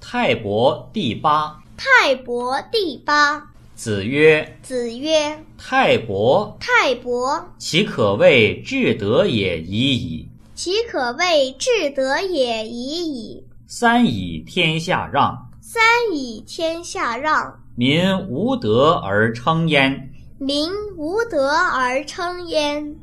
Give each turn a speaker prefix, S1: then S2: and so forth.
S1: 泰伯第八。
S2: 泰伯第八。
S1: 子曰
S2: 子曰：“
S1: 泰：“伯，
S2: 泰伯，
S1: 其可谓至德也已矣。
S2: 其可谓至德也已矣。
S1: 三以天下让，
S2: 三以天下让，
S1: 民无德而称焉。”
S2: 民无德而称焉。